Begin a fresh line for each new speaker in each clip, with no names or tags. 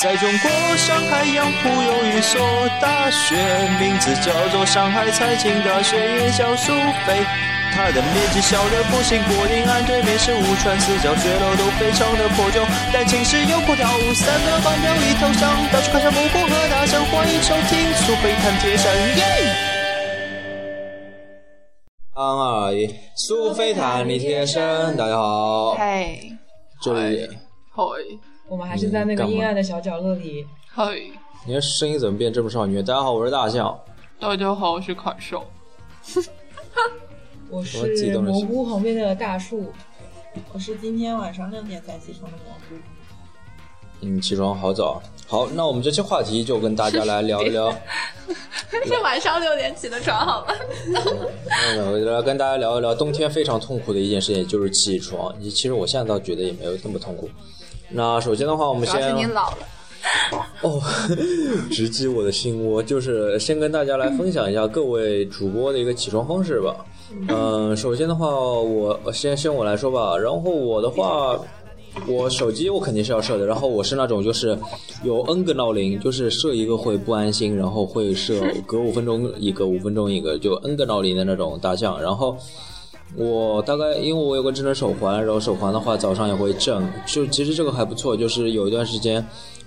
在中国上海杨浦有一所大学，名字叫做上海财经大学，也叫苏菲。它的面积小得不行，柏林岸对面是五川，四角学楼都非常的破旧，但寝室有空调，散热棒掉里头上，到处看上蘑菇和大象。欢迎收听苏菲谈铁山，耶！三二一，苏菲谈你贴身，大家好，
嗨
这里
嗨
我们还是在那个阴暗的小角落里。
嗨，
你的声音怎么变这么少女？大家好，我是大象。
大家好，我是卡兽。
我
我激
是
动得
蘑
行
菇旁边的大树，
我是今天晚上六点才起床的蘑菇。
嗯，起床好早。好，那我们这期话题就跟大家来聊一聊，
是晚上六点起的床，好吗？
嗯，我来跟大家聊一聊冬天非常痛苦的一件事情，就是起床。其实我现在倒觉得也没有那么痛苦。那首先的话，我们
主要是
先
你老了。
哦， 直击我的心窝，就是先跟大家来分享一下各位主播的一个起床方式吧。嗯，首先的话，我先先我来说吧。然后我的话，我手机我肯定是要设的。然后我是那种就是有 N 个闹铃，就是设一个会不安心，然后会设隔五分钟一个，五分钟一个，就 N 个闹铃的那种大象。然后我大概因为我有个智能手环，然后手环的话早上也会震，就其实这个还不错，就是有一段时间，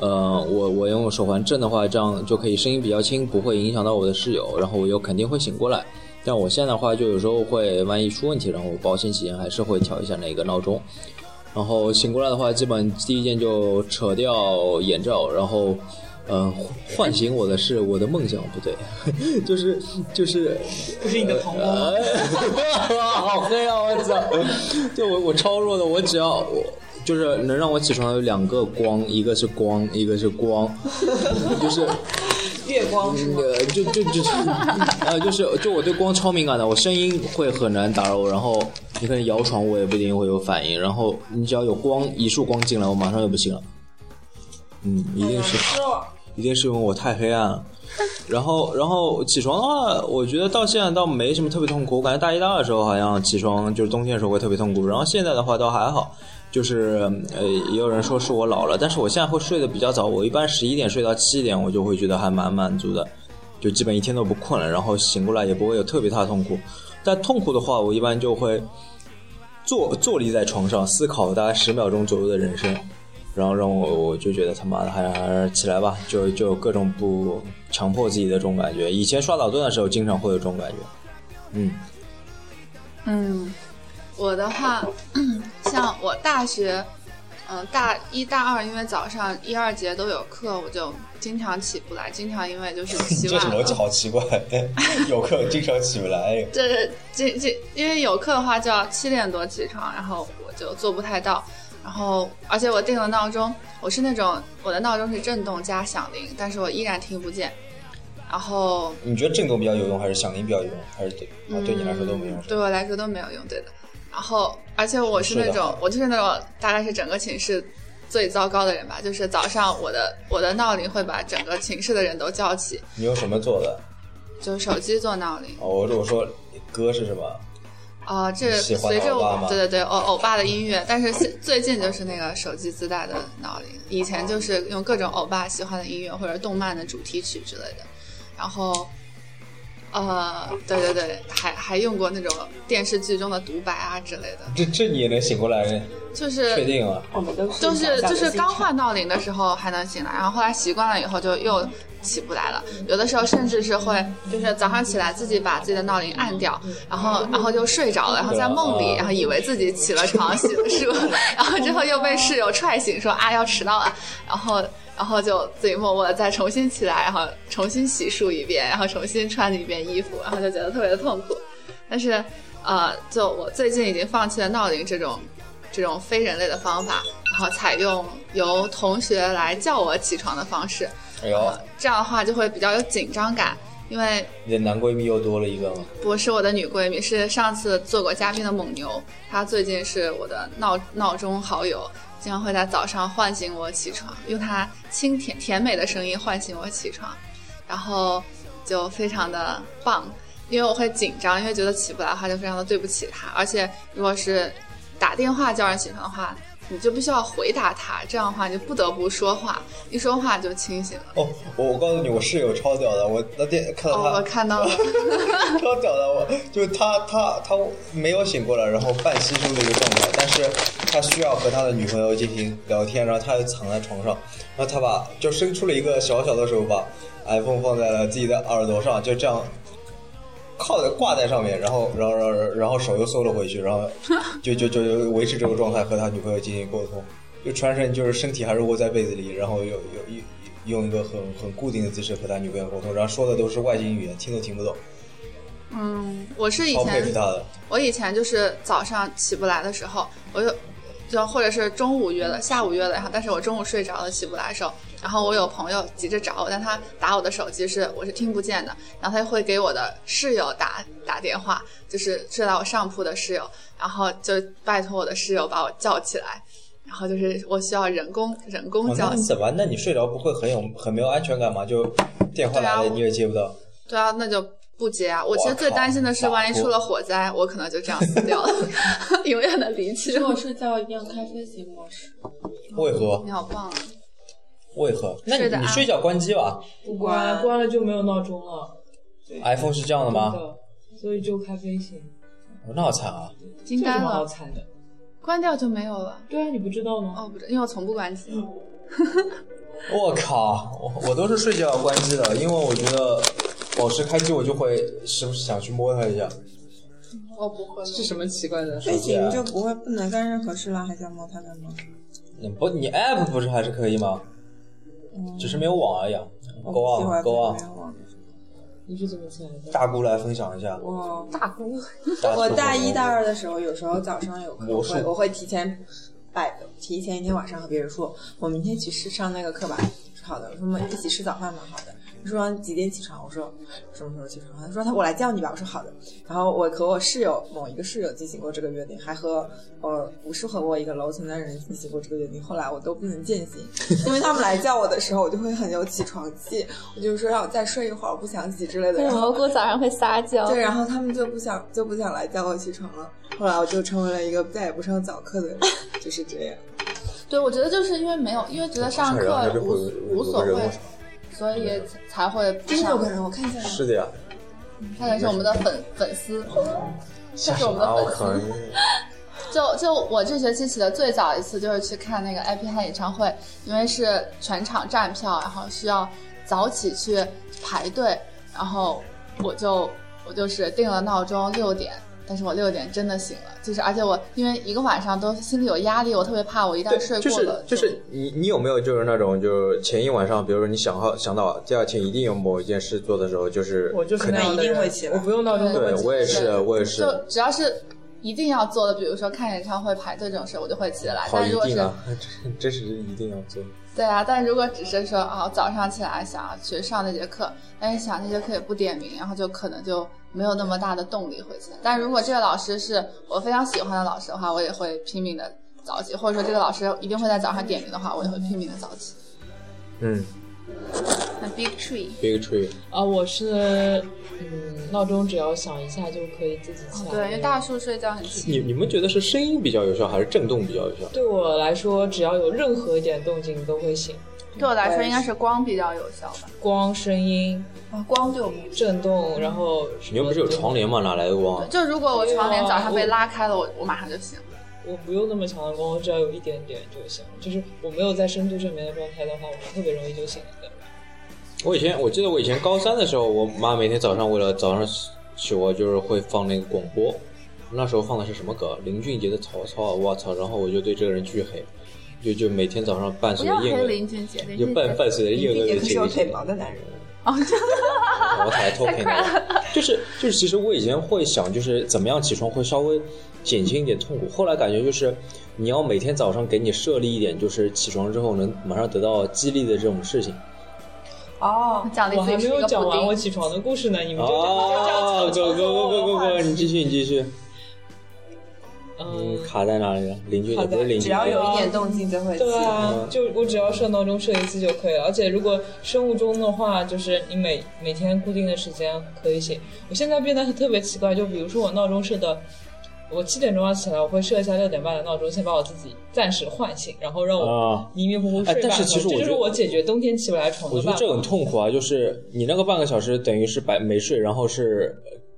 呃，我我用手环震的话，这样就可以声音比较轻，不会影响到我的室友，然后我又肯定会醒过来。但我现在的话，就有时候会万一出问题，然后我保险起见还是会调一下那个闹钟。然后醒过来的话，基本第一件就扯掉眼罩，然后，呃，唤醒我的是我的梦想，不对， 就是就是
不是你的膀胱吗？
哎 好黑啊！我操！就我我超弱的，我只要我就是能让我起床的有两个光，一个是光，一个是光，就是。
月光是吗？
呃，就就就，呃，就是就我对光超敏感的，我声音会很难打扰我，然后你可能摇床我也不一定会有反应，然后你只要有光一束光进来，我马上就不行了。嗯，一定是。一定是因为我太黑暗了。然后，然后起床的话，我觉得到现在倒没什么特别痛苦。我感觉大一、大二的时候好像起床就是冬天的时候会特别痛苦，然后现在的话倒还好。就是呃，也有人说是我老了，但是我现在会睡得比较早，我一般十一点睡到七点，我就会觉得还蛮满足的，就基本一天都不困了，然后醒过来也不会有特别大的痛苦。但痛苦的话，我一般就会坐坐立在床上思考大概十秒钟左右的人生，然后让我我就觉得他妈的还还是起来吧，就就有各种不强迫自己的这种感觉。以前刷导盾的时候经常会有这种感觉，嗯，
嗯，我的话， 像我大学，嗯、大一大二，因为早上一二节都有课，我就经常起不来，经常因为就是起 晚了。
好奇怪， 有课经常起不来。
这这这，因为有课的话就要七点多起床，然后我就做不太到。然后，而且我定了闹钟，我是那种我的闹钟是震动加响铃，但是我依然听不见。然后
你觉得震动比较有用，还是响铃比较有用，还是对、啊对你来说都没用？
对我来说都没有用，对的。然后，而且我是
是的
那种，我就是那种大概是整个寝室最糟糕的人吧，就是早上我的我的闹铃会把整个寝室的人都叫起，
你用什么做的？
就手机做闹铃。
哦，我我说歌是什么？
啊、这个
喜欢
随着
欧巴吗
我对对对欧欧巴的音乐，但是现最近就是那个手机自带的闹铃，以前就是用各种欧巴喜欢的音乐或者动漫的主题曲之类的，然后，呃，对对对，还还用过那种电视剧中的独白啊之类的，
这这你也能醒过来？
就是
确定啊？
我们都是
就是就是刚换闹铃的时候还能醒来，然后后来习惯了以后就又起不来了。有的时候甚至是会就是早上起来自己把自己的闹铃按掉，然后然后就睡着了，然后在梦
啊
里，然后以为自己起了床洗了漱， 然后之后又被室友踹醒说啊要迟到了，然后。然后就自己默默的再重新起来，然后重新洗漱一遍，然后重新穿一遍衣服，然后就觉得特别的痛苦。但是，呃，就我最近已经放弃了闹铃这种这种非人类的方法，然后采用由同学来叫我起床的方式，
哎呦，
呃这样的话就会比较有紧张感。因为
你的男闺蜜又多了一个吗？
不是我的女闺蜜，是上次做过嘉宾的蒙牛，她最近是我的闹闹钟好友，经常会在早上唤醒我起床，用她清甜甜美的声音唤醒我起床，然后就非常的棒，因为我会紧张，因为觉得起不来的话就非常的对不起她，而且如果是打电话叫人起床的话，你就必须要回答他，这样的话你就不得不说话，一说话就清醒了。
哦，我我告诉你，我室友超屌的，我那天看到
哦，
他、
我看到了，
超屌的，我就是他他他没有醒过来，然后半吸收的一个状态，但是他需要和他的女朋友进行聊天，然后他就躺在床上，然后他把就伸出了一个小小的手把 iPhone 放在了自己的耳朵上，就这样。靠在挂在上面，然后，然后，然后，然后手又缩了回去，然后就就就就维持这个状态和他女朋友进行沟通。就穿身就是身体还是窝在被子里，然后有有有用一个很很固定的姿势和他女朋友沟通，然后说的都是外星语言，听都听不懂。
嗯，我是以
超佩
前
服他的。
我以前就是早上起不来的时候，我就就或者是中午约的，下午约的，然后但是我中午睡着了起不来的时候，然后我有朋友急着找我，但他打我的手机是我是听不见的，然后他会给我的室友打打电话，就是睡在我上铺的室友，然后就拜托我的室友把我叫起来，然后就是我需要人工人工
哦、那
叫
你
起来，
怎么？那你睡着不会很有很没有安全感吗？就电话来了
对啊
你也接不到，
对啊，那就不接啊。我其实最担心的是，
哇靠
万一出了火灾，我可能就这样死 掉了， 永远的离去
其。实我睡觉一定要开飞行模式，
为何
你？好棒啊！
为何？那
睡得
啊
你你
安
睡觉关机吧
不关关了就没有闹钟了，
？iPhone 是这样的
真
吗？
的，所以就开飞行，
那好惨啊！
惊
这有
呆
什么好
了，
惨的？
关掉就没有了。
对啊，你不知道吗？
哦，不对，因为我从不关机。
我靠，我我都是睡觉要关机的，因为我觉得保持开机我就会时不时想去摸它一下。
我不会。
是什么奇怪的？
飞行就不会不能干任何事了，还想摸它干嘛？
你不，你 App 不是还是可以吗？只是没有网而已啊。
我
Go
不喜
on
欢
Go
没
on，
有网。
你是怎么起来的？
大姑来分享一下。
我
大姑，
我大一大二的时候，有时候早上有课，
魔
我
术
会我会提前摆，提前一天晚上和别人说，我明天去吃上那个课吧。说好的，我说我们一起吃早饭嘛，好的。他说几点起床？我说什么时候起床？他说他嗯我来叫你吧。我说好的。然后我和我室友某一个室友进行过这个约定，还和呃不是和我一个楼层的人进行过这个约定。后来我都不能践行， 因为他们来叫我的时候，我就会很有起床气，我就说让我再睡一会儿，我不想起之类的。然后
蘑菇早上会撒
哦
娇，
对，然后他们就不想就不想来叫我起床了。后来我就成为了一个再也不上早课的人，就是这样。
对，我觉得就是因为没有，因为觉得上课无无所谓，所以才会不上。
人，我看见了。
是的呀，
他才是我们的粉粉丝，他是我们
啊，我
的
靠
粉丝。！就就我这学期起的最早一次就是去看那个 IP 汉演唱会，因为是全场站票，然后需要早起去排队，然后我就我就是定了闹钟六点，但是我六点真的醒了，就是而且我因为一个晚上都心里有压力，我特别怕我一旦睡
就
过
是
了
就是你你有没有就是那种就是前一晚上，比如说你想好想到第二天一定有某一件事做的时候，就是
我就是
肯
那
定
样的
肯定
人
会起来
我不用闹钟都会
对
起来。
我也是
对
我也是
就，只要是一定要做的，比如说看演唱会排队这种事，我就会起得来。
好
但
一
如果
定
是
啊，真真是一定要做。
对啊，但如果只是说啊，早上起来想要去上那节课，但是想那节课也不点名，然后就可能就没有那么大的动力会去。但如果这个老师是我非常喜欢的老师的话，我也会拼命的早起，或者说这个老师一定会在早上点名的话，我也会拼命的早起。
嗯
很 big tree。
，Big Tree，
啊，我是嗯，闹钟只要响一下就可以自己起来。
哦对，因为大树睡觉很
你
轻。
你们觉得是声音比较有效，还是震动比较有效？
对我来说，只要有任何一点动静都会醒，
对我来说应该是光比较有效吧。
光、声音、
啊，光对我们
震动，然后
你又不是有床帘吗？哪来的光啊？
就如果我床帘早上被拉开了，我我马上就醒了。
我不用那么强的光，我只要有一点点就行。就是我没有在深度睡眠的状态的话，我特别容易就醒了的。
我以前我记得我以前高三的时候，我妈每天早上为了早上起我就是会放那个广播，那时候放的是什么歌？林俊杰的《曹操》，啊我操！然后我就对这个人巨黑，就就每天早上伴
不
随
要
着厌
黑
恶，
林俊杰，林
就
俊
伴
杰
伴随着厌恶
也
的
不是有
情绪
腿。毛的男人。
我才脱贫的，就是就是，其实我以前会想，就是怎么样起床会稍微减轻一点痛苦。后来感觉就是，你要每天早上给你设立一点，就是起床之后能马上得到激励的这种事情。
哦，
奖励
我
自
还没
己吃一
有
个
讲
布
完我
丁。
起床的故事呢，你们就这样就这
哦
样，讲
go go go go go go，你继续你继续，
嗯
嗯，，卡在哪里了？邻居
卡
也
在
不是邻居，
只要有一点动静就会起
对
来。
啊
嗯，
就我只要设闹钟设一次就可以了。而且如果生物钟的话，就是你每每天固定的时间可以醒。我现在变得特别奇怪，就比如说我闹钟设的，我七点钟要起来，我会设一下六点半的闹钟，先把我自己暂时唤醒，然后让我
啊
迷迷糊糊睡
哎
半个
但是
小
其
时。这就
实我觉得
是我解决冬天起不来床
我
的
觉
办
得这
法。
很痛苦啊，就是你那个半个小时等于是白没睡，然后是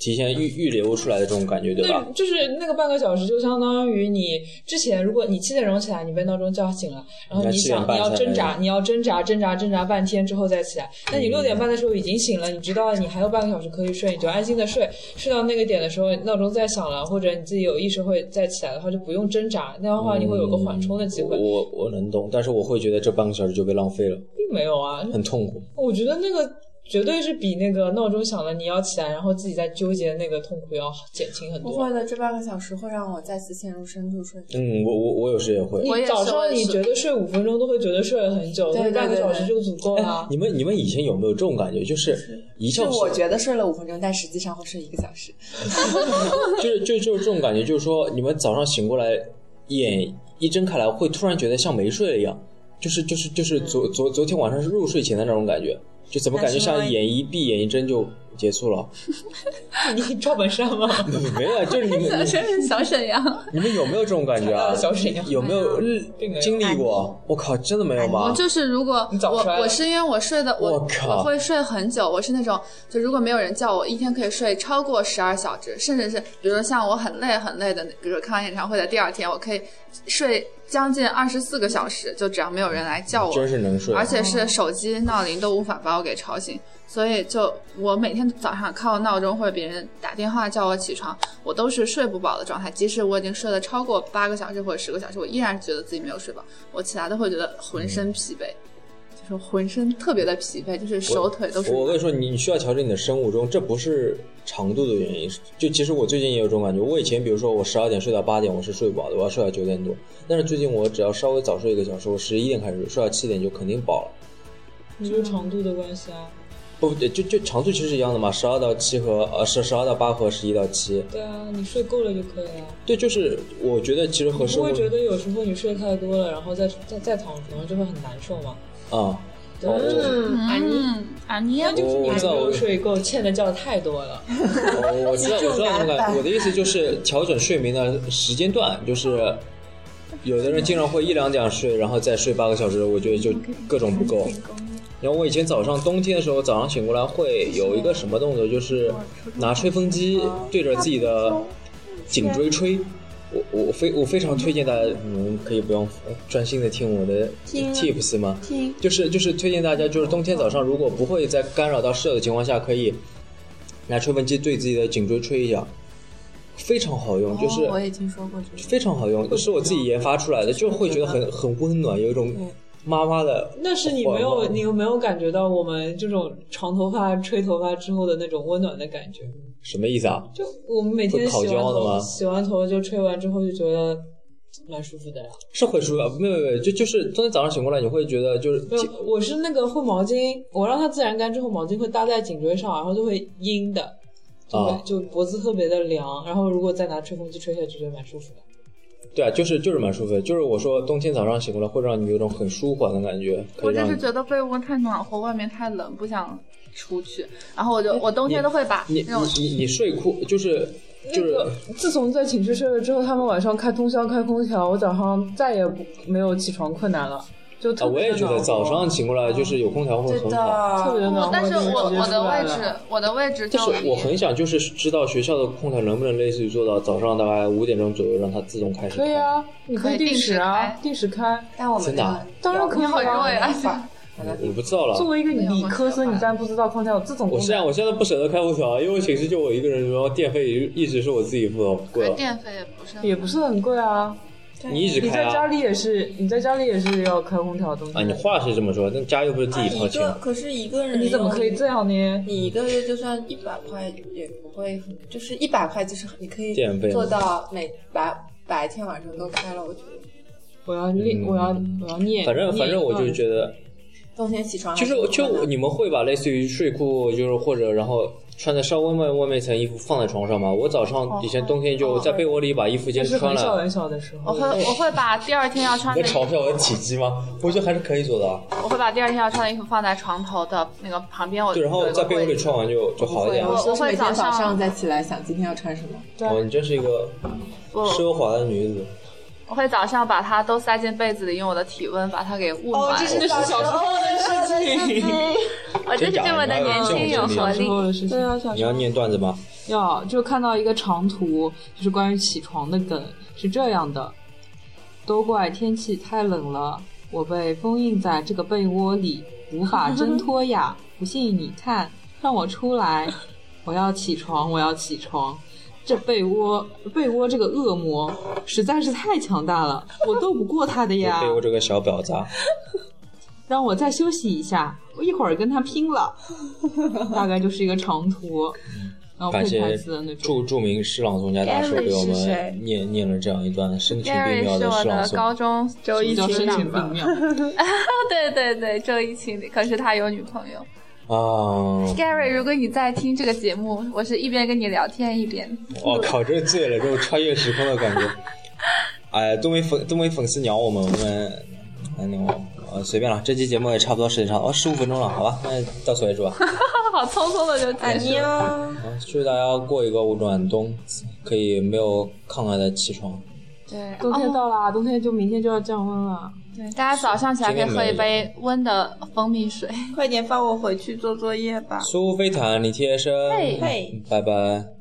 提前预预留出来的这种感觉，对吧
那？嗯就是那个半个小时，就相当于你之前，如果你七点钟起来，你被闹钟叫醒了，然后
那
你
7点
想
半
你要
才哎
挣扎，
能
你要挣扎，挣扎，挣扎半天之后再起来。那你六点半的时候已经醒了，你知道你还有半个小时可以睡，你就安心的睡，睡到那个点的时候，闹钟再响了，或者你自己有意识会再起来的话，就不用挣扎，那样的话你会有个缓冲的机会。
我我能懂，但是我会觉得这半个小时就被浪费了，
并没有啊，
很痛苦。
我觉得那个绝对是比那个闹钟响了你要起来，然后自己在纠结那个痛苦要减轻很
不
多
会。的，这半个小时会让我再次陷入深度睡眠。
嗯，我我我有时也会。
我也
你
是
早
我
上
也
你
是
觉得睡五分钟都会觉得睡了很久，
对
所以半个
对对
小
对
时就足够了啊。
你们你们以前有没有这种感觉？就是一觉
就我
醒
觉得睡了五分钟，但实际上会睡一个小时。
就是就就是这种感觉，就是说你们早上醒过来，眼一睁开来，会突然觉得像没睡了一样，就是就是就是昨昨昨天晚上是入睡前的那种感觉，就怎么感觉
嗯那是因
像
为
眼一闭眼一睁就结束了？
哎
你赵本山 吗？
没有，啊就是你 们你
小沈阳，
你们有没有这种感觉啊？
小沈 阳
有没有
并没有
经历过？我靠，真的没有
哎我
吗？
就是如果
你早
我
摔了
我是因为我睡的我
我靠
会睡很久，我是那种就如果没有人叫我，一天可以睡超过十二小时，甚至是比如说像我很累很累的，比如说看完演唱会的第二天，我可以睡将近二十四个小时，就只要没有人来叫我，
真是能睡，
而且是手机闹铃都无法把我给吵醒，所以就我每天早上靠闹钟或者别人打电话叫我起床，我都是睡不饱的状态。即使我已经睡了超过八个小时或者十个小时，我依然觉得自己没有睡饱，我起来都会觉得浑身疲惫，就是浑身特别的疲惫，就是手腿都是。
我跟你说，你你需要调整你的生物钟，这不是长度的原因。就其实我最近也有这种感觉，我以前比如说我十二点睡到八点，我是睡不饱的，我要睡到九点多。但是最近我只要稍微早睡一个小时，我十一点开始睡，睡到七点就肯定饱了。
你就是长度的关系啊。
不，就就长度其实是一样的嘛，十二到七和呃十十二到八和十一到七，
对啊，你睡够了就可以了。
对，就是我觉得其实和
你不
生
会
物
觉得有时候你睡太多了，然后再再再躺床上就会很难受吗？
啊，
对
哦
嗯，安妮，
那就是哎你
我
还
知道
没有
我
睡够，欠的觉太多了。
我我知道， 我知道怎么
重男
感，
版
我的意思就是调整睡眠的时间段，就是有的人经常会一两点睡，然后再睡八个小时，我觉得就各种不够。然后我以前早上冬天的时候，早上醒过来会有一个什么动作，就是拿吹风机对着自己的颈椎吹。我我非我非常推荐大家，你们可以不用专心的听我的 tips 吗？
听
就是就是推荐大家，就是冬天早上如果不会在干扰到室友的情况下，可以拿吹风机对自己的颈椎吹一下，非常好用，就是
哦
我也听说过这个。
非常好用，是我自己研发出来的，就会觉得很很温暖，有一种妈妈的。
那是你没有，你有没有感觉到我们这种长头发吹头发之后的那种温暖的感觉？
什么意思啊？
就我们每天
会烤
洗完
焦的
头，
吗
洗完头就吹完之后就觉得蛮舒服的呀。
是会舒服，啊没有没有，就就是冬天早上醒过来，你会觉得就是
没有，我是那个护毛巾，我让它自然干之后，毛巾会搭在颈椎上，然后就会阴的，就会、
啊
就脖子特别的凉。然后如果再拿吹风机吹下去，就蛮舒服的。
对啊，就是就是蛮舒服的，就是我说冬天早上醒过来会让你有一种很舒缓的感觉，可
我
以
就
让
是
你
觉得被窝太暖和，外面太冷，不想出去。然后我就我冬天都会把
你
那种
你你你睡裤就是就
那
是
个自从在寝室睡了之后，他们晚上开通宵开空调，我早上再也不没有起床困难了，就
啊，
特
我
别
也
的
觉得
暖和
早上醒过来就是有空调会很
真
好。
特别
的，
的暖和。
但是
就
我
直接
我的
出来
位
了
置，我的位置就
但是我很想就是知道学校的空调能不能类似于做到早上大概五点钟左右让它自动开始开。
可以啊，你可
可
以
以
定
定
时
时
啊
开，
定时开，
但我们
真的啊
当然可以
你好
啊
弱呀！
我不知道
作
了。
为一个理科生，你当然不知道空调有这种
我
功
现在
能。
我现在不舍得开空调啊，因为我寝室就我一个人，然后电费一直是我自己付的，贵了。
电费也不是
也不是很贵啊，
你一直
你
开
在家
啊？
里也是，你在家里也是要开空调的东西
啊，你话是这么说，但家又不是自己掏
啊一
钱。
个可是一个人，
你怎么可以这？样呢？
你一个月就算一百块也不会很，就是一百块，就是你可以
电费吗
做到每白白天晚上都开了。我觉得
我要练，
嗯
我要我要念。
反正反正我就觉得，
冬天起床还
就是
挺
就
困难
你们会把类似于睡裤就是或者然后穿的稍微外外面一层衣服放在床上嘛。我早上以前冬天就在被窝里把衣服先
就是
穿
很小
了。
很小的时
我
候，
会我会把第二天要穿
你
的
在
衣
嘲
服，
笑我的体积吗？我觉得还是可以做的啊。
我会把第二天要穿的衣服放在床头的那个旁边，我
对，然后
有一个
在被窝里
柜子
穿完就就好一点
我
了。
我
是
会
每
早
天早
上
再起来想今天要穿什么。
对
哦，你真是一个
不，
奢华的女子。
我会早上把它都塞进被子里，用我的体温把它给捂
哦
暖。
小时候的 事情。
我就是这么的年轻有活
小时
力。
候的事情
对啊，小
你
时
要
候
念段子吗？
要就看到一个长图，就是关于起床的梗，是这样的：都怪天气太冷了，我被封印在这个被窝里，无法挣脱呀！不信你看，让我出来！我要起床，我要起床！这被窝，被窝这个恶魔实在是太强大了，我斗不过他的呀！
被窝这个小婊啊砸。
让我再休息一下，我一会儿跟他拼了。大概就是一个长图，然后
感
配台
谢
词的那种。
著著名诗朗诵家大师
Gary
给我
是谁
们念念了这样一段声情并
Gary
妙
是我
诗朗
的
诵。
高中，
周
比
一
较
清
声情并
吧，
妙，
对对对，周一情侣，可是他有女朋友。
啊！
Gary，如果你在听这个节目，我是一边跟你聊天一边
我靠，这醉了，这种穿越时空的感觉。 哎，都没粉都没粉丝鸟我们，我们哎那我呃随便了，这期节目也差不多时间长，哦十五分钟了，好吧，那到此为止吧。
好匆匆的就
哎
结束。
啊祝大家过一个暖冬，可以没有抗癌的起床。
对
冬天到啦，冬天就明天就要降温了。
对，大家早上起来可以喝一杯温的蜂蜜水。
快点放我回去做作业吧。
苏菲坦，你贴身，
嘿
拜拜。